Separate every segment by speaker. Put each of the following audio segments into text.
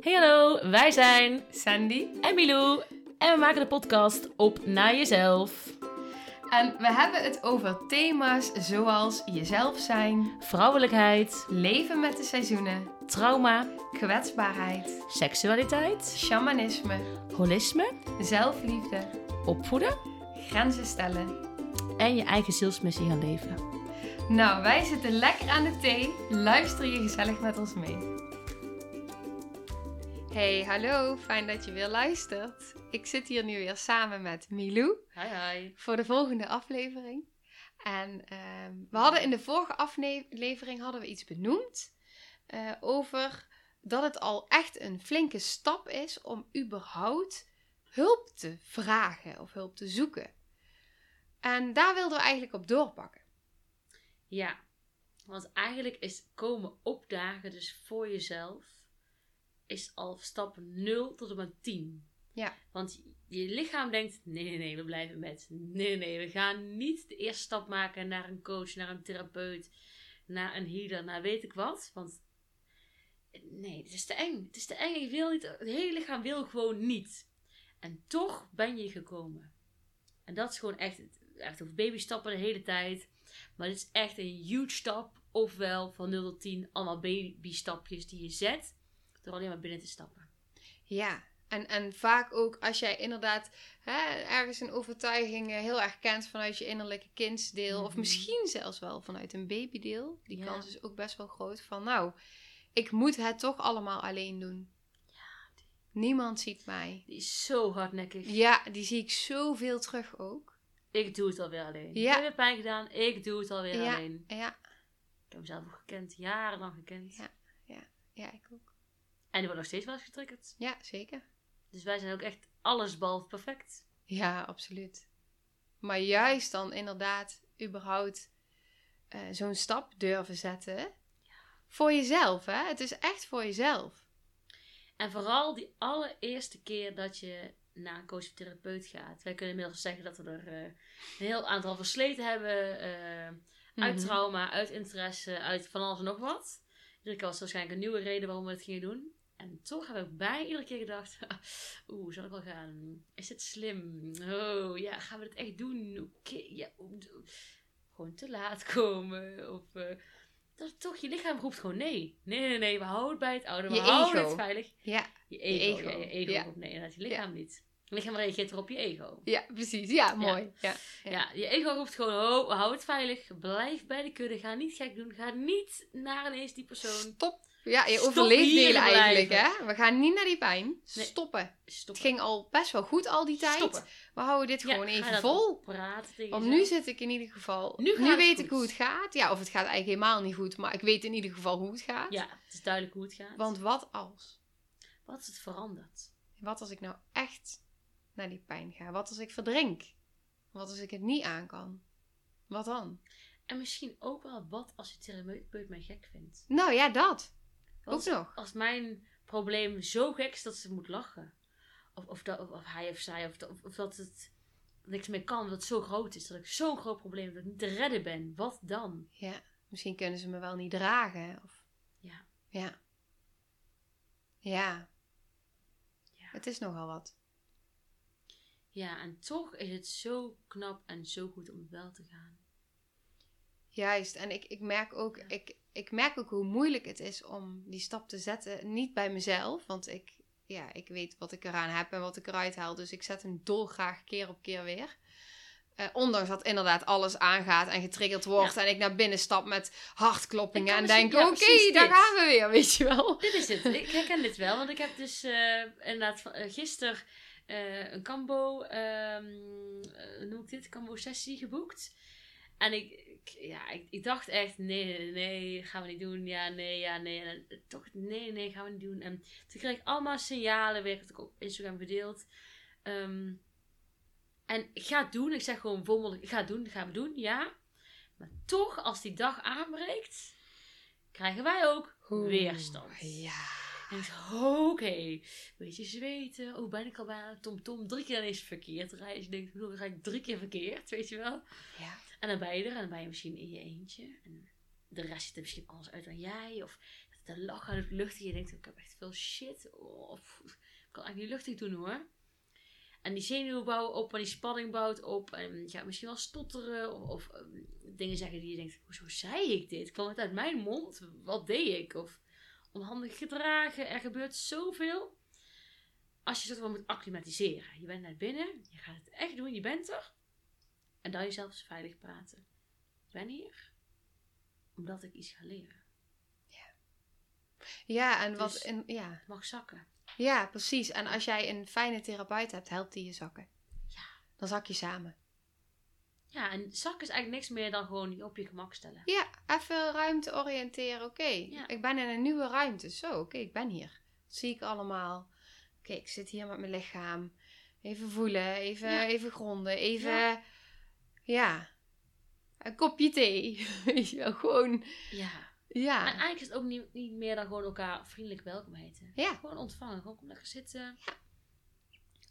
Speaker 1: Hey hallo, wij zijn
Speaker 2: Sandy.
Speaker 1: en Milou en we maken de podcast Op Naar Jezelf.
Speaker 2: En we hebben het over thema's zoals jezelf zijn,
Speaker 1: Vrouwelijkheid,
Speaker 2: leven met de seizoenen,
Speaker 1: trauma,
Speaker 2: kwetsbaarheid,
Speaker 1: seksualiteit,
Speaker 2: shamanisme,
Speaker 1: holisme,
Speaker 2: zelfliefde,
Speaker 1: opvoeden
Speaker 2: grenzen stellen.
Speaker 1: en je eigen zielsmissie gaan leven.
Speaker 2: Nou, wij zitten lekker aan de thee. Luister je gezellig met ons mee. Hey, hallo. Fijn dat je weer luistert. Ik zit hier nu weer samen met Milou.
Speaker 1: Hi hi.
Speaker 2: voor de volgende aflevering. En ehm, we hadden in de vorige aflevering hadden we iets benoemd eh, over dat het al echt een flinke stap is om überhaupt hulp te vragen of hulp te zoeken. En daar wilden we eigenlijk op doorpakken.
Speaker 1: Ja, want eigenlijk is komen opdagen dus voor jezelf is al stap 0 tot en met 10.
Speaker 2: Ja.
Speaker 1: Want je lichaam denkt, nee, nee, nee, we blijven met. Nee, nee, we gaan niet de eerste stap maken naar een coach, naar een therapeut, naar een healer, naar weet ik wat. Want nee, het is te eng. Het is te eng. Ik wil niet, het hele lichaam wil gewoon niet. En toch ben je gekomen. En dat is gewoon echt, echt over babystappen de hele tijd. Maar dit is echt een huge stap. Ofwel van 0 tot 10 allemaal babystapjes die je zet. Door alleen maar binnen te stappen.
Speaker 2: Ja, en, en vaak ook als jij inderdaad hè, ergens een overtuiging eh, heel erg kent vanuit je innerlijke kindsdeel, of
Speaker 1: Mhm.
Speaker 2: misschien zelfs wel vanuit een babydeel, die
Speaker 1: Ja.
Speaker 2: kans is ook best wel groot, van nou, ik moet het toch allemaal alleen doen. Niemand ziet mij.
Speaker 1: Die is zo hardnekkig.
Speaker 2: Ja, die zie ik zoveel terug ook.
Speaker 1: Ik doe het alweer alleen.
Speaker 2: Ja.
Speaker 1: Ik heb je pijn gedaan. Ik doe het alweer
Speaker 2: Ja.
Speaker 1: alleen.
Speaker 2: Ja,
Speaker 1: Ik heb mezelf ook gekend. Jarenlang gekend.
Speaker 2: Ja. ja, ik ook.
Speaker 1: En die wordt nog steeds wel eens getriggerd.
Speaker 2: Ja, zeker.
Speaker 1: Dus wij zijn ook echt alles behalve perfect.
Speaker 2: Ja, absoluut. Maar juist dan inderdaad überhaupt eh, zo'n stap durven zetten. Voor jezelf, hè? Het is echt voor jezelf.
Speaker 1: En vooral die allereerste keer dat je naar een coach of therapeut gaat. Wij kunnen inmiddels zeggen dat we er eh, een heel aantal versleten hebben. eh, Uit
Speaker 2: Mhm.
Speaker 1: trauma, uit interesse, uit van alles en nog wat. Iedere keer was er waarschijnlijk een nieuwe reden waarom we het gingen doen. En toch heb ik bij iedere keer gedacht, oeh, zal ik wel gaan? Is dit slim? Oh, ja, gaan we dit echt doen? Oké, ja, oeh, d- gewoon te laat komen. Of, eh, dat is toch, je lichaam roept gewoon nee. Nee, nee, nee, we houden het bij het oude, we
Speaker 2: Je
Speaker 1: houden
Speaker 2: ego.
Speaker 1: het veilig.
Speaker 2: Ja,
Speaker 1: Je ego,
Speaker 2: ego,
Speaker 1: ja, je ego
Speaker 2: ja.
Speaker 1: roept nee, inderdaad, je lichaam niet. Je lichaam reageert erop je ego.
Speaker 2: ja, precies. Ja, mooi. Ja. Ja.
Speaker 1: Ja, je ego roept gewoon, ho, hou het veilig, blijf bij de kudde, ga niet gek doen, ga niet naar ineens die persoon.
Speaker 2: Stop. Ja, je
Speaker 1: Stop
Speaker 2: overleefdelen
Speaker 1: hier
Speaker 2: eigenlijk,
Speaker 1: blijven.
Speaker 2: hè? We gaan niet naar die pijn.
Speaker 1: Nee.
Speaker 2: Stoppen. Het
Speaker 1: Stoppen.
Speaker 2: ging al best wel goed al die tijd.
Speaker 1: Stoppen.
Speaker 2: We houden dit
Speaker 1: Ja,
Speaker 2: gewoon
Speaker 1: ga
Speaker 2: even
Speaker 1: dat
Speaker 2: vol.
Speaker 1: Praten tegen
Speaker 2: Want
Speaker 1: jezelf.
Speaker 2: nu zit ik in ieder geval.
Speaker 1: Nu
Speaker 2: Nu,
Speaker 1: gaat het
Speaker 2: weet
Speaker 1: goed.
Speaker 2: ik hoe het gaat. Ja, of het gaat eigenlijk helemaal niet goed, maar ik weet in ieder geval hoe het gaat.
Speaker 1: Ja, het is duidelijk hoe het gaat.
Speaker 2: Want wat als?
Speaker 1: wat is het veranderd?
Speaker 2: Wat als ik nou echt naar die pijn ga? Wat als ik verdrink? Wat als ik het niet aan kan? Wat dan?
Speaker 1: En misschien ook wel wat als je therapeut mij gek vindt.
Speaker 2: Nou ja, dat.
Speaker 1: Wat
Speaker 2: Ook
Speaker 1: als,
Speaker 2: nog.
Speaker 1: als mijn probleem zo gek is dat ze moet lachen. Of, of, dat, of, of hij of zij, of, dat- of, of dat het niks meer kan, dat het zo groot is. Dat ik zo'n groot probleem heb, dat ik niet te redden ben. Wat dan?
Speaker 2: Ja, misschien kunnen ze me wel niet dragen. hè, Of...
Speaker 1: Ja.
Speaker 2: ja. Ja.
Speaker 1: Ja.
Speaker 2: Het is nogal wat.
Speaker 1: Ja, en toch is het zo knap en zo goed om wel te gaan.
Speaker 2: Juist. En ik, ik, merk ook,
Speaker 1: Ja.
Speaker 2: ik, ik merk ook hoe moeilijk het is om die stap te zetten. Niet bij mezelf, want ik, ja, ik weet wat ik eraan heb en wat ik eruit haal. Dus ik zet hem dolgraag keer op keer weer. Eh, ondanks dat inderdaad alles aangaat en getriggerd wordt. En ik naar binnen stap met
Speaker 1: Ik kan
Speaker 2: hartkloppingen. En
Speaker 1: misschien-
Speaker 2: denk,
Speaker 1: ja,
Speaker 2: oké,
Speaker 1: precies
Speaker 2: daar
Speaker 1: dit."
Speaker 2: gaan we weer, weet je wel.
Speaker 1: Dit is het. Ik herken dit wel, want ik heb dus eh, inderdaad van- eh, gisteren eh, een Cambo, ehm, eh, hoe noem ik dit, Cambo sessie geboekt. En ik, ik- ja, ik, ik dacht echt, nee, nee, nee, gaan we niet doen. Ja, nee, ja, nee. En dan toch, nee, nee, gaan we niet doen. En toen kreeg ik allemaal signalen, weer heb ik op Instagram gedeeld. Ehm, en ik ga het doen. Ik zeg gewoon womelig, ik ga het doen, gaan we doen, ja. Maar toch, als die dag aanbreekt, krijgen wij ook weerstand.
Speaker 2: Ja.
Speaker 1: En ik dacht, oh, oké, beetje zweten. Oh, ben ik al bijna tom tom. Drie keer ineens verkeerd rijden. Je denkt, hoe ga ik drie keer verkeerd, weet je wel?
Speaker 2: Ja.
Speaker 1: En dan ben je er en dan ben je misschien in je eentje. En de rest ziet er misschien anders uit dan jij. Of dat de lach uit de lucht. En je denkt, ik heb echt veel shit. Oh, pff, ik kan eigenlijk niet luchtig doen hoor. En die zenuwen bouwen op en die spanning bouwt op. En je gaat misschien wel stotteren of, of ehm, dingen zeggen die je denkt, hoezo zei ik dit? Kwam het uit mijn mond? Wat deed ik? Of onhandig gedragen. Er gebeurt zoveel. Als je dat wel moet acclimatiseren. Je bent naar binnen, je gaat het echt doen, je bent er. En dan jezelf eens veilig praten. Ik ben hier omdat ik iets ga leren.
Speaker 2: Ja, en wat,
Speaker 1: Dus-
Speaker 2: en, ja.
Speaker 1: Het mag zakken.
Speaker 2: Ja, precies. En als jij een fijne therapeut hebt, helpt die je zakken. Ja. Dan zak je samen.
Speaker 1: Ja, en zakken is eigenlijk niks meer dan gewoon je op je gemak stellen.
Speaker 2: Ja, even ruimte oriënteren. Oké,
Speaker 1: Ja.
Speaker 2: ik ben in een nieuwe ruimte. Zo, oké, ik ben hier. Wat zie ik allemaal? Oké, ik zit hier met mijn lichaam. Even voelen, even,
Speaker 1: Ja.
Speaker 2: even gronden, even... Ja.
Speaker 1: Ja.
Speaker 2: Een kopje thee. Weet je wel, gewoon...
Speaker 1: Ja. En
Speaker 2: Ja,
Speaker 1: eigenlijk is het ook niet, niet meer dan gewoon elkaar vriendelijk welkom heten.
Speaker 2: Ja.
Speaker 1: Gewoon ontvangen. Gewoon kom lekker zitten.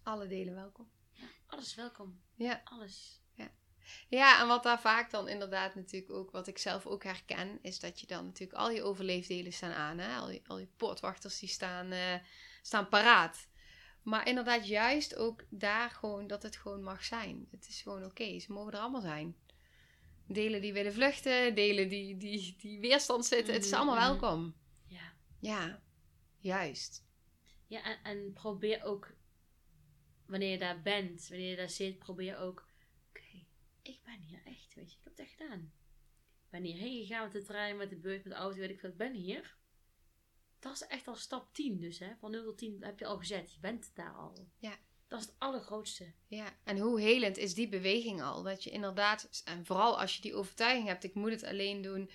Speaker 2: alle delen welkom.
Speaker 1: Alles is welkom.
Speaker 2: Ja.
Speaker 1: Alles.
Speaker 2: Ja, en wat daar vaak dan inderdaad natuurlijk ook, wat ik zelf ook herken, is dat je dan natuurlijk al je overleefdelen staan aan. Hè? Al, je, al je poortwachters die staan, eh, staan paraat. Maar inderdaad, juist ook daar gewoon dat het gewoon mag zijn. Het is gewoon oké, ze mogen er allemaal zijn. Delen die willen vluchten, delen die, die, die weerstand zitten, het is
Speaker 1: Mhm,
Speaker 2: allemaal
Speaker 1: mhm.
Speaker 2: welkom.
Speaker 1: Ja.
Speaker 2: Ja, juist.
Speaker 1: Ja, en, en probeer ook, wanneer je daar bent, wanneer je daar zit, probeer ook, oké, ik ben hier echt, weet je, ik heb het echt gedaan. Ik ben hierheen gegaan met de trein, met de bus, met de auto, weet ik veel, ik ben hier. Dat is echt al stap 10 dus, hè. Van 0 tot 10 heb je al gezet, je bent daar al.
Speaker 2: Ja.
Speaker 1: Dat is het allergrootste.
Speaker 2: Ja, en hoe helend is die beweging al? Dat je inderdaad, en vooral als je die overtuiging hebt, ik moet het alleen doen,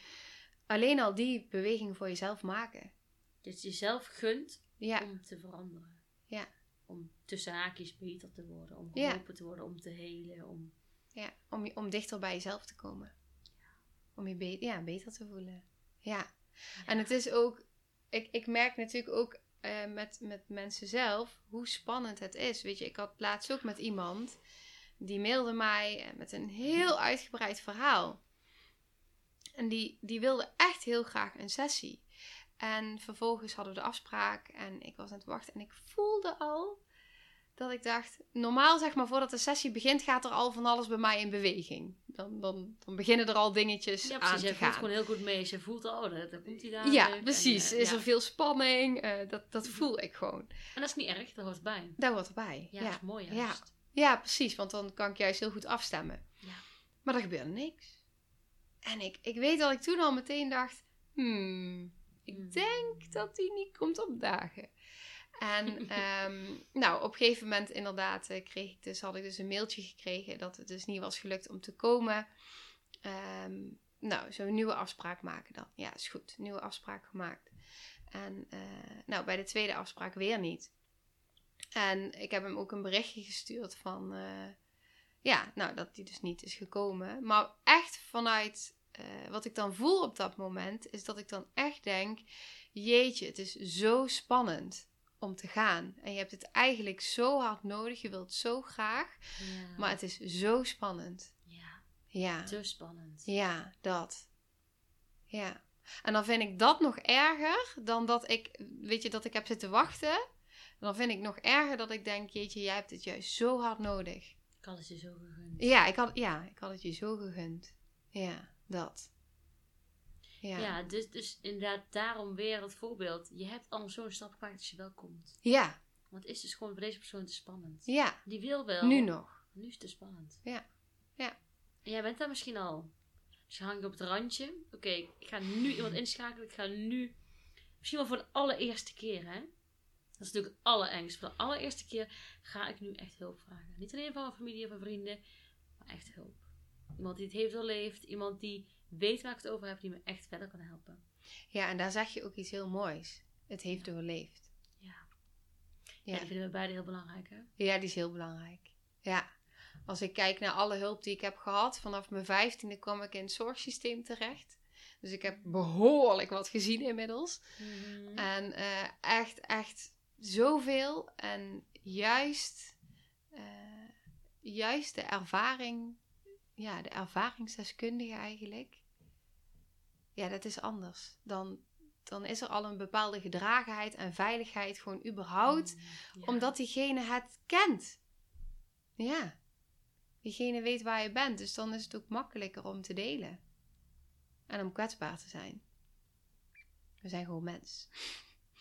Speaker 2: alleen al die beweging voor jezelf maken.
Speaker 1: Dat je jezelf gunt
Speaker 2: Ja,
Speaker 1: om te veranderen.
Speaker 2: Ja.
Speaker 1: Om tussen haakjes beter te worden, om
Speaker 2: Ja.
Speaker 1: geholpen te worden, om te helen, om...
Speaker 2: ja om, je- om dichter bij jezelf te komen. Om je be- ja, beter te voelen. Ja, en het is ook, ik, ik merk natuurlijk ook eh, met, met mensen zelf hoe spannend het is. Weet je, ik had laatst ook met iemand die mailde mij eh, met een heel uitgebreid verhaal. En die, die wilde echt heel graag een sessie. En vervolgens hadden we de afspraak en ik was aan het wachten en ik voelde al dat ik dacht, normaal zeg maar voordat de sessie begint gaat er al van alles bij mij in beweging. Dan, dan, dan beginnen er al dingetjes
Speaker 1: Ja,
Speaker 2: aan
Speaker 1: precies.
Speaker 2: te
Speaker 1: Hij
Speaker 2: gaan.
Speaker 1: voelt gewoon heel goed mee. Ze voelt al, oh, daar daar komt hij daar.
Speaker 2: Ja, precies.
Speaker 1: En, eh,
Speaker 2: is
Speaker 1: ja. Mhm.
Speaker 2: er veel spanning? Eh, dat, dat voel ik gewoon.
Speaker 1: En dat is niet erg, dat hoort bij.
Speaker 2: Daar hoort erbij.
Speaker 1: Ja,
Speaker 2: Ja.
Speaker 1: dat is
Speaker 2: Ja.
Speaker 1: mooi juist.
Speaker 2: precies. Want dan kan ik juist heel goed afstemmen.
Speaker 1: Ja.
Speaker 2: Maar er gebeurde niks. En ik, ik weet dat ik toen al meteen dacht... Hmm, ik
Speaker 1: Hmm.
Speaker 2: denk dat die niet komt opdagen. En ehm, nou, op een gegeven moment inderdaad eh, kreeg ik dus, had ik dus een mailtje gekregen... dat het dus niet was gelukt om te komen. Ehm, nou, zo'n nieuwe afspraak maken dan. Ja, is goed. Nieuwe afspraak gemaakt. En eh, nou, bij de tweede afspraak weer niet. En ik heb hem ook een berichtje gestuurd van... eh, ja, nou, dat die dus niet is gekomen. Maar echt vanuit eh, wat ik dan voel op dat moment... is dat ik dan echt denk... Jeetje, het is zo spannend om te gaan. En je hebt het eigenlijk zo hard nodig. Je wilt het zo graag.
Speaker 1: Ja.
Speaker 2: Maar het is zo spannend.
Speaker 1: ja,
Speaker 2: Ja.
Speaker 1: te spannend.
Speaker 2: Ja, dat. Ja. En dan vind ik dat nog erger dan dat ik, weet je, dat ik heb zitten wachten. Dan vind ik nog erger dat ik denk, jeetje, jij hebt het juist zo hard nodig.
Speaker 1: Ik had het je zo gegund.
Speaker 2: Ja, ik had, ja, ik had het je zo gegund. Ja, dat. Ja.
Speaker 1: Ja,
Speaker 2: Ja,
Speaker 1: dus, dus inderdaad, daarom weer het voorbeeld. Je hebt al zo'n stap gemaakt als je wel komt.
Speaker 2: ja.
Speaker 1: Want het is dus gewoon voor deze persoon te spannend. Die wil wel.
Speaker 2: nu nog.
Speaker 1: maar Nu is het te spannend.
Speaker 2: Ja. Ja.
Speaker 1: En jij bent daar misschien al. Dus je hangt op het randje. Oké, ik ga nu iemand inschakelen. Ik ga nu. Misschien wel voor de allereerste keer, hè? Dat is natuurlijk het allerengst. Voor de allereerste keer ga ik nu echt hulp vragen. Niet alleen van mijn familie of mijn vrienden, maar echt hulp. Iemand die het heeft doorleefd. Iemand die weet waar ik het over heb, die me echt verder kan helpen.
Speaker 2: Ja, en daar zeg je ook iets heel moois. Het heeft doorleefd.
Speaker 1: Ja. Ja,
Speaker 2: Ja.
Speaker 1: die vinden we beide heel belangrijk, hè?
Speaker 2: Ja, die is heel belangrijk. Ja. Als ik kijk naar alle hulp die ik heb gehad, vanaf mijn vijftiende kwam ik in het zorgsysteem terecht. Dus ik heb behoorlijk wat gezien inmiddels.
Speaker 1: Hm.
Speaker 2: En eh, echt, echt zoveel. En juist, eh, juist de ervaring, ja, de ervaringsdeskundige eigenlijk. Ja, dat is anders dan dan is er al een bepaalde gedragenheid en veiligheid gewoon überhaupt.
Speaker 1: Hm, Ja.
Speaker 2: Omdat diegene het kent. Ja. Diegene weet waar je bent. Dus dan is het ook makkelijker om te delen. En om kwetsbaar te zijn. We zijn gewoon mens.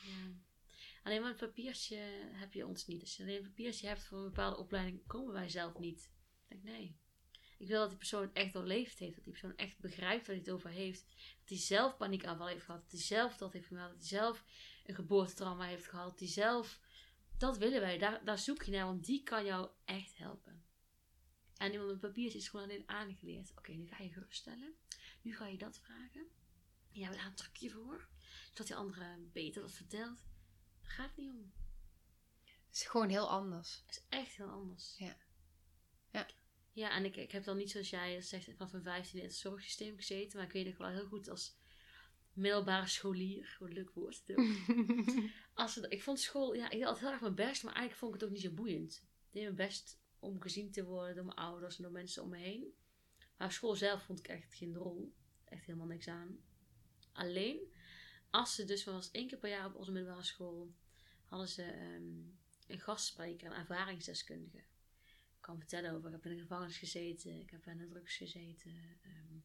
Speaker 1: Ja. Alleen maar een papiertje heb je ons niet. Als je alleen een papiertje hebt voor een bepaalde opleiding, komen wij zelf niet. Ik denk, nee. Ik wil dat die persoon het echt doorleefd heeft. Dat die persoon echt begrijpt waar hij het over heeft. Dat hij zelf paniekaanval heeft gehad. Dat hij zelf dat heeft gemeld. Dat hij zelf een geboortetrauma heeft gehad. Dat hij zelf... Dat willen wij. Daar, daar zoek je naar. Want die kan jou echt helpen. En iemand met papiertje is gewoon alleen aangeleerd. Oké, nu ga je geruststellen. Nu ga je dat vragen. Ja, we daar een trucje voor. Zodat die andere beter dat vertelt. Daar gaat het niet om.
Speaker 2: Het is gewoon heel anders.
Speaker 1: Het is echt heel anders.
Speaker 2: Ja. Ja.
Speaker 1: Ja, en ik, ik heb dan niet zoals jij zegt vanaf mijn 15 in het zorgsysteem gezeten. Maar ik weet nog wel heel goed als middelbare scholier. Wat een leuk woord. natuurlijk. als we- ik vond school, ja, ik deed altijd heel erg mijn best. Maar eigenlijk vond ik het ook niet zo boeiend. Ik deed mijn best om gezien te worden door mijn ouders en door mensen om me heen. Maar op school zelf vond ik echt geen rol. Echt helemaal niks aan. Alleen, als ze dus, want dat was één keer per jaar op onze middelbare school, hadden ze ehm, een gastspreker, een ervaringsdeskundige. Ik kan vertellen over, ik heb in de gevangenis gezeten, ik heb aan de drugs gezeten. ehm,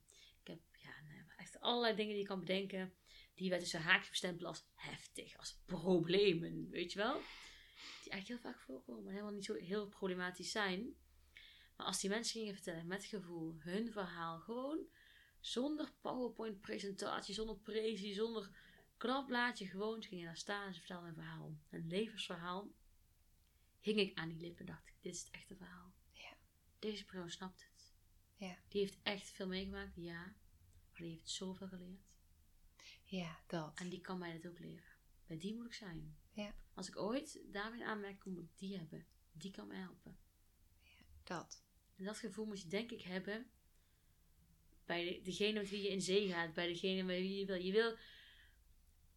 Speaker 1: ik heb ja, nou, echt allerlei dingen die je kan bedenken. Die werden dus een haakje bestempeld als heftig, als problemen, weet je wel. Die eigenlijk heel vaak voorkomen, maar helemaal niet zo heel problematisch zijn. Maar als die mensen gingen vertellen met gevoel hun verhaal, gewoon zonder PowerPoint-presentatie, zonder presie, zonder knapblaadje, gewoon. Ze gingen daar staan en ze vertelden een verhaal. Een levensverhaal. Hing ik aan die lippen en dacht ik, dit is het echte verhaal.
Speaker 2: Ja.
Speaker 1: Deze persoon snapt het.
Speaker 2: Ja.
Speaker 1: Die heeft echt veel meegemaakt, ja. Maar die heeft zoveel geleerd.
Speaker 2: Ja, dat.
Speaker 1: En die kan mij dat ook leren. Bij die moet ik zijn.
Speaker 2: Ja.
Speaker 1: Als ik ooit daarmee aanmerk, moet ik die hebben. Die kan mij helpen.
Speaker 2: Dat.
Speaker 1: En dat gevoel moet je denk ik hebben bij degene met wie je in zee gaat, bij degene met wie je wil. Je wil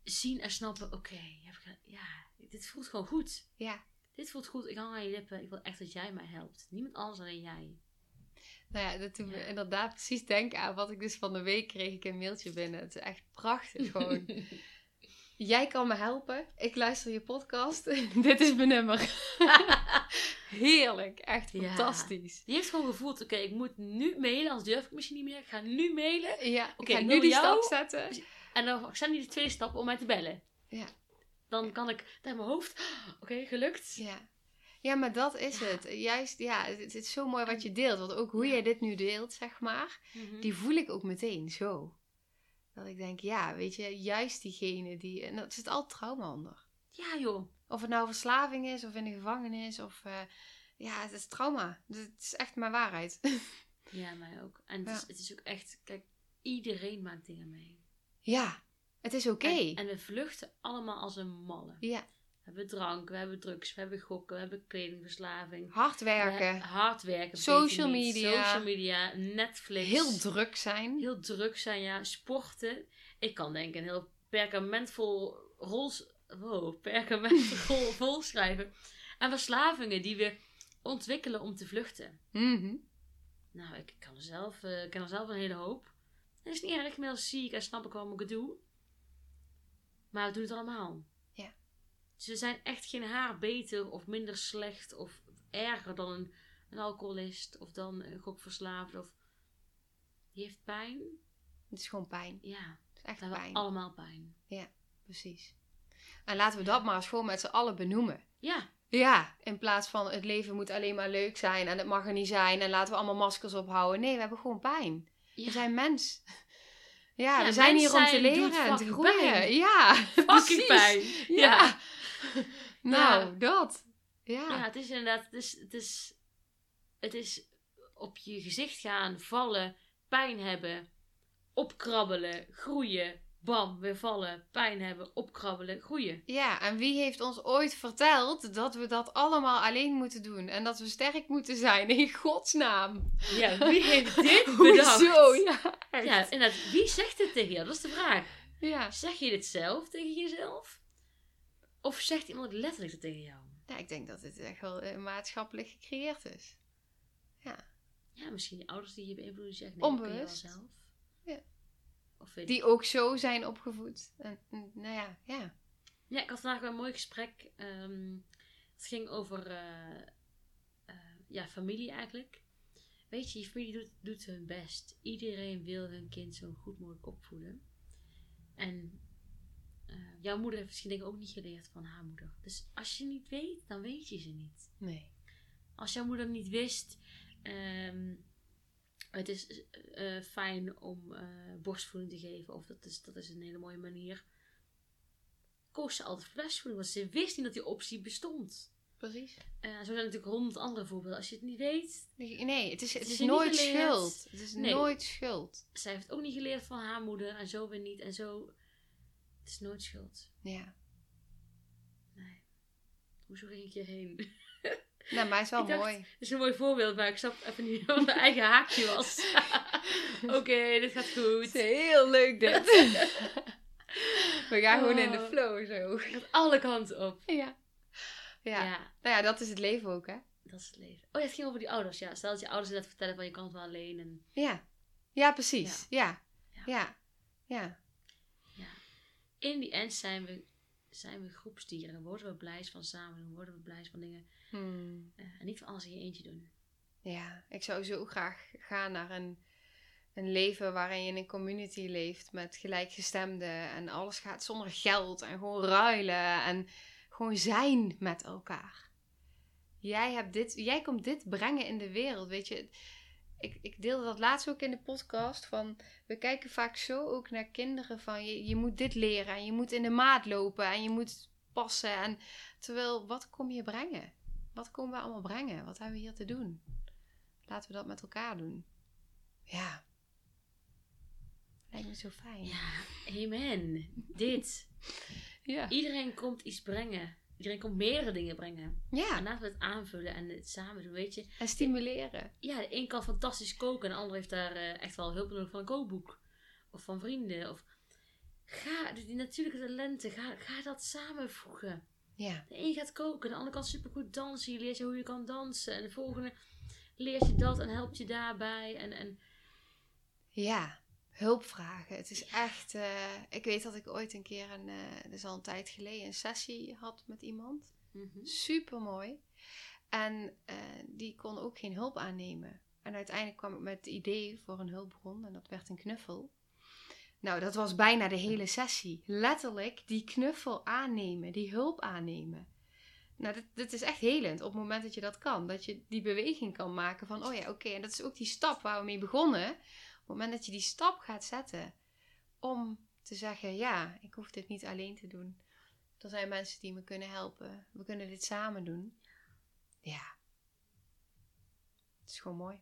Speaker 1: zien en snappen, oké, je hebt ge- ja, dit voelt gewoon goed.
Speaker 2: Ja.
Speaker 1: Dit voelt goed, ik hang aan je lippen, ik wil echt dat jij mij helpt. Niemand anders dan jij.
Speaker 2: Nou ja, dat doet me
Speaker 1: Ja.
Speaker 2: inderdaad precies denken aan wat ik dus van de week kreeg. Ik een mailtje binnen. Het is echt prachtig gewoon. Jij kan me helpen. Ik luister je podcast. Dit is mijn nummer. Heerlijk. Echt
Speaker 1: Ja.
Speaker 2: fantastisch.
Speaker 1: Die heeft gewoon gevoeld, oké, ik moet nu mailen, anders durf ik misschien niet meer. Ik ga nu mailen.
Speaker 2: Ja,
Speaker 1: Oké,
Speaker 2: ik ga
Speaker 1: ik
Speaker 2: nu
Speaker 1: wil
Speaker 2: die
Speaker 1: jou-
Speaker 2: stap zetten.
Speaker 1: En dan zijn die de tweede stap om mij te bellen.
Speaker 2: Ja.
Speaker 1: Dan kan ik uit mijn hoofd, oké, gelukt.
Speaker 2: Ja. ja, maar dat is
Speaker 1: Ja.
Speaker 2: het. Juist, ja, het, het is zo mooi wat je deelt. Want ook hoe
Speaker 1: Ja.
Speaker 2: jij dit nu deelt, zeg maar,
Speaker 1: Mhm.
Speaker 2: die voel ik ook meteen zo. Dat ik denk, ja, weet je, juist diegene die... En dat zit al trauma onder.
Speaker 1: Ja joh,
Speaker 2: Of het nou verslaving is, of in de gevangenis, of... eh, ja, het is trauma. Dus Het is echt mijn waarheid.
Speaker 1: Ja, mij ook. En het,
Speaker 2: Ja.
Speaker 1: is, het is ook echt, kijk, iedereen maakt dingen mee.
Speaker 2: ja, het is oké.
Speaker 1: En, en we vluchten allemaal als een malle.
Speaker 2: Ja,
Speaker 1: We hebben drank, we hebben drugs, we hebben gokken, we hebben kledingverslaving.
Speaker 2: hard
Speaker 1: we
Speaker 2: werken.
Speaker 1: hebben Hard werken.
Speaker 2: Social
Speaker 1: weet je niet.
Speaker 2: media.
Speaker 1: Social media, Netflix.
Speaker 2: Heel druk zijn.
Speaker 1: Heel druk zijn, ja. Sporten. Ik kan denk ik een heel perkamentvol rols... Wow, perkamentvol vol schrijven. En verslavingen die we ontwikkelen om te vluchten.
Speaker 2: Mhm.
Speaker 1: Nou, ik kan er zelf, eh, ik ken er zelf een hele hoop. Het is niet erg, maar zie ik en snap ik waarom ik het doe. Maar we doen het allemaal.
Speaker 2: Ja.
Speaker 1: Dus we zijn echt geen haar beter of minder slecht of erger dan een, een alcoholist of dan een gokverslaafde. Of... Die heeft pijn.
Speaker 2: Het is gewoon pijn.
Speaker 1: Ja,
Speaker 2: Het is echt
Speaker 1: we hebben
Speaker 2: pijn.
Speaker 1: allemaal pijn.
Speaker 2: Precies. En laten we dat maar eens gewoon met z'n allen benoemen.
Speaker 1: Ja,
Speaker 2: Ja, in plaats van het leven moet alleen maar leuk zijn en het mag er niet zijn en laten we allemaal maskers ophouden. Nee, we hebben gewoon pijn.
Speaker 1: Ja.
Speaker 2: We zijn mens. Ja,
Speaker 1: Ja,
Speaker 2: we zijn
Speaker 1: mens
Speaker 2: hier om te
Speaker 1: zijn doet
Speaker 2: leren en te
Speaker 1: fucking
Speaker 2: groeien.
Speaker 1: pijn.
Speaker 2: Ja,
Speaker 1: fucking
Speaker 2: precies.
Speaker 1: pijn.
Speaker 2: Ja.
Speaker 1: Ja. Ja.
Speaker 2: Nou, dat. Ja.
Speaker 1: Ja, het is inderdaad, het is, het is, het is op je gezicht gaan, vallen, pijn hebben, opkrabbelen, groeien, bam, weer vallen, pijn hebben, opkrabbelen, groeien.
Speaker 2: Ja, en wie heeft ons ooit verteld dat we dat allemaal alleen moeten doen en dat we sterk moeten zijn in godsnaam?
Speaker 1: Ja, wie heeft dit bedacht?
Speaker 2: Hoezo? Ja, echt.
Speaker 1: Ja, inderdaad, wie zegt dit tegen jou? Dat is de vraag.
Speaker 2: ja.
Speaker 1: Zeg je dit zelf tegen jezelf? Of zegt iemand letterlijk dat tegen jou?
Speaker 2: Ja, ik denk dat het echt wel eh, maatschappelijk gecreëerd is.
Speaker 1: Ja, misschien je ouders die je beïnvloeden zeggen, nee, dat kun je wel
Speaker 2: Onbewust.
Speaker 1: zelf.
Speaker 2: Ja.
Speaker 1: Of weet ik.
Speaker 2: Die ook zo zijn opgevoed. En, en, nou ja, ja.
Speaker 1: Ja, ik had vandaag wel een mooi gesprek. ehm, het ging over eh, eh, ja, familie eigenlijk. Weet je, je familie doet, doet hun best. Iedereen wil hun kind zo goed mogelijk opvoeden. En eh, jouw moeder heeft misschien dingen ook niet geleerd van haar moeder. Dus als je niet weet, dan weet je ze niet.
Speaker 2: Nee.
Speaker 1: Als jouw moeder niet wist, ehm, het is eh, fijn om eh, borstvoeding te geven, of dat is, dat is een hele mooie manier. Koos ze altijd flesvoeding, want ze wist niet dat die optie bestond.
Speaker 2: Precies.
Speaker 1: Eh, zo zijn er natuurlijk honderd andere voorbeelden. Als je het niet weet,
Speaker 2: Nee, nee, het is, het
Speaker 1: is
Speaker 2: is
Speaker 1: je niet
Speaker 2: nooit
Speaker 1: geleerd.
Speaker 2: schuld. Het is
Speaker 1: Nee.
Speaker 2: nooit schuld.
Speaker 1: zij heeft het ook niet geleerd van haar moeder, en zo weer niet, en zo. Het is nooit schuld.
Speaker 2: Ja.
Speaker 1: Nee. Hoezo ging ik hierheen? Het
Speaker 2: Nou, maar het is wel
Speaker 1: Ik dacht-
Speaker 2: mooi.
Speaker 1: is een mooi voorbeeld, maar ik snap even niet wat mijn eigen haakje was. Oké, dit gaat goed.
Speaker 2: Het is heel leuk dit. We gaan gewoon in de
Speaker 1: Oh.
Speaker 2: flow zo.
Speaker 1: Het gaat alle kanten op.
Speaker 2: Ja. ja.
Speaker 1: ja.
Speaker 2: Nou ja, dat is het leven ook, hè?
Speaker 1: Dat is het leven. Oh ja, het ging over die ouders. Ja, stel dat je ouders net vertellen van je kan het wel alleen. En
Speaker 2: Ja. Ja, precies. Ja.
Speaker 1: Ja.
Speaker 2: Ja. Ja. Ja.
Speaker 1: in die end zijn we, zijn we groepsdieren. Worden we blij van samen doen. Worden we blij van dingen.
Speaker 2: Hmm.
Speaker 1: eh, en niet van alles in je eentje doen.
Speaker 2: Ja, ik zou zo graag gaan naar een, een leven waarin je in een community leeft met gelijkgestemden en alles gaat zonder geld en gewoon ruilen en gewoon zijn met elkaar. Jij, hebt dit, jij komt dit brengen in de wereld, weet je. Ik, ik deelde dat laatst ook in de podcast van, we kijken vaak zo ook naar kinderen van, je, je moet dit leren en je moet in de maat lopen en je moet passen. En, terwijl, wat kom je brengen? Wat komen we allemaal brengen? Wat hebben we hier te doen? Laten we dat met elkaar doen. Ja. Lijkt me zo fijn.
Speaker 1: Ja, amen. Dit.
Speaker 2: Ja.
Speaker 1: Iedereen komt iets brengen. Iedereen komt meerdere dingen brengen. En
Speaker 2: Ja,
Speaker 1: laten we het aanvullen en het samen doen. Weet je,
Speaker 2: en stimuleren.
Speaker 1: ja, de een kan fantastisch koken. En de ander heeft daar eh, echt wel hulp nodig van een kookboek. Of van vrienden. Of... Ga, dus die natuurlijke talenten, ga, ga dat samenvoegen.
Speaker 2: Ja.
Speaker 1: De een gaat koken, de ander kan supergoed dansen. Je leert je hoe je kan dansen. En de volgende leert je dat en helpt je daarbij. En, en
Speaker 2: Ja. Hulp vragen. Het is echt. eh, ik weet dat ik ooit een keer een. eh dat is al een tijd geleden. Een sessie had met iemand.
Speaker 1: Mhm.
Speaker 2: Super mooi. En eh, die kon ook geen hulp aannemen. En uiteindelijk kwam ik met het idee voor een hulpbron en dat werd een knuffel. Nou, dat was bijna de hele sessie. Letterlijk die knuffel aannemen, die hulp aannemen. Nou, dit, dit is echt helend op het moment dat je dat kan. Dat je die beweging kan maken van, oh ja, oké. En dat is ook die stap waar we mee begonnen. Op het moment dat je die stap gaat zetten om te zeggen, ja, ik hoef dit niet alleen te doen. Er zijn mensen die me kunnen helpen. We kunnen dit samen doen. Ja. Het is gewoon mooi.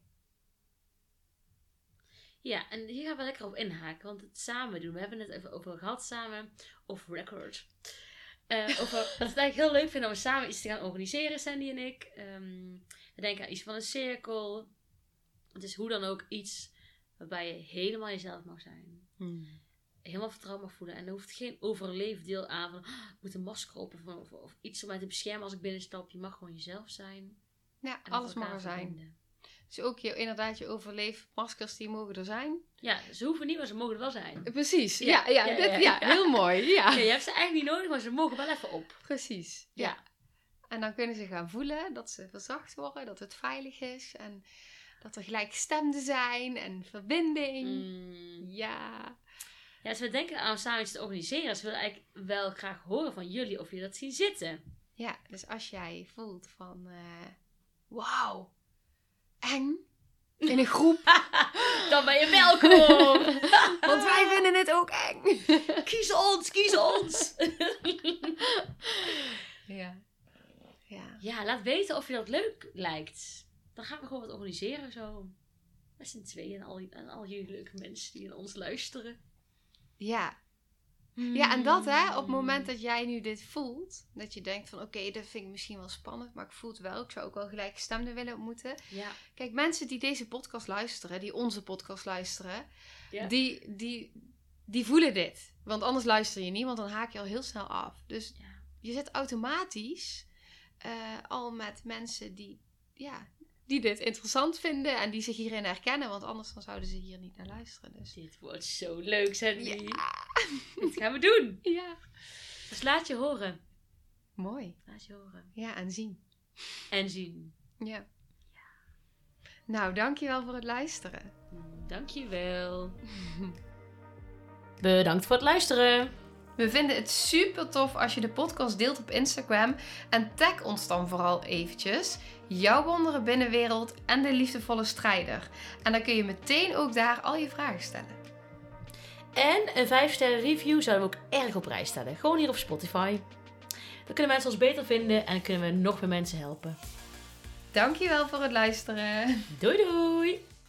Speaker 1: ja, en hier gaan we lekker op inhaken. Want het samen doen. We hebben het even over gehad samen. Of record. Eh, over, dat we het eigenlijk heel leuk vinden om samen iets te gaan organiseren, Sandy en ik. Ehm, we denken aan iets van een cirkel. Het is hoe dan ook iets waarbij je helemaal jezelf mag zijn.
Speaker 2: Hmm.
Speaker 1: helemaal vertrouwen mag voelen. En er hoeft geen overleefdeel aan van, "Ah, ik moet een masker op of, of, of iets om mij te beschermen als ik binnenstap. Je mag gewoon jezelf zijn.
Speaker 2: Ja,
Speaker 1: en
Speaker 2: alles
Speaker 1: met
Speaker 2: mag
Speaker 1: elkaar
Speaker 2: er zijn.
Speaker 1: verbinden.
Speaker 2: Dus ook je, inderdaad je overleefmaskers, die mogen er zijn.
Speaker 1: Ja, ze hoeven niet, maar ze mogen er wel zijn.
Speaker 2: Precies.
Speaker 1: Ja,
Speaker 2: Ja, ja,
Speaker 1: ja,
Speaker 2: dit-
Speaker 1: ja,
Speaker 2: ja,
Speaker 1: ja.
Speaker 2: heel mooi. Ja.
Speaker 1: Ja, je hebt ze eigenlijk niet nodig, maar ze mogen wel even op.
Speaker 2: Precies. Ja. En dan kunnen ze gaan voelen dat ze verzacht worden, dat het veilig is. En dat er gelijkgestemden zijn en verbinding.
Speaker 1: Mm.
Speaker 2: Ja.
Speaker 1: Ja, dus we denken aan samen iets te organiseren. Ze willen eigenlijk wel graag horen van jullie of jullie dat zien zitten.
Speaker 2: Ja, dus als jij voelt van, eh, wauw, eng, in een groep,
Speaker 1: Dan ben je welkom!
Speaker 2: want wij vinden het ook eng.
Speaker 1: kies ons, kies ons!
Speaker 2: Ja. Ja.
Speaker 1: ja, laat weten of je dat leuk lijkt. Dan gaan we gewoon wat organiseren zo. Met z'n tweeën en al, die- en al jullie leuke mensen die naar ons luisteren.
Speaker 2: Ja. Ja, en dat hè, op het moment dat jij nu dit voelt, dat je denkt van oké, dat vind ik misschien wel spannend, maar ik voel het wel, ik zou ook wel gelijkgestemden willen ontmoeten.
Speaker 1: Ja,
Speaker 2: Kijk, mensen die deze podcast luisteren, die onze podcast luisteren,
Speaker 1: Ja.
Speaker 2: die, die, die voelen dit. Want anders luister je niet, want dan haak je al heel snel af. Dus
Speaker 1: Ja.
Speaker 2: je zit automatisch eh, al met mensen die, ja, die dit interessant vinden en die zich hierin herkennen, want anders dan zouden ze hier niet naar luisteren. Dus.
Speaker 1: Dit wordt zo leuk, Sandy.
Speaker 2: Ja.
Speaker 1: Dat gaan we doen.
Speaker 2: ja.
Speaker 1: Dus laat je horen.
Speaker 2: Mooi.
Speaker 1: Laat je horen.
Speaker 2: Ja, en zien.
Speaker 1: En zien.
Speaker 2: Ja. Nou, dankjewel voor het luisteren.
Speaker 1: Dankjewel. Bedankt voor het luisteren.
Speaker 2: We vinden het super tof als je de podcast deelt op Instagram en tag ons dan vooral eventjes. Jouw wonderen binnenwereld en de liefdevolle strijder. En dan kun je meteen ook daar al je vragen stellen.
Speaker 1: En een 5 sterren review zouden we ook erg op prijs stellen. Gewoon hier op Spotify. Dan kunnen mensen ons beter vinden en kunnen we nog meer mensen helpen.
Speaker 2: Dankjewel voor het luisteren.
Speaker 1: Doei doei!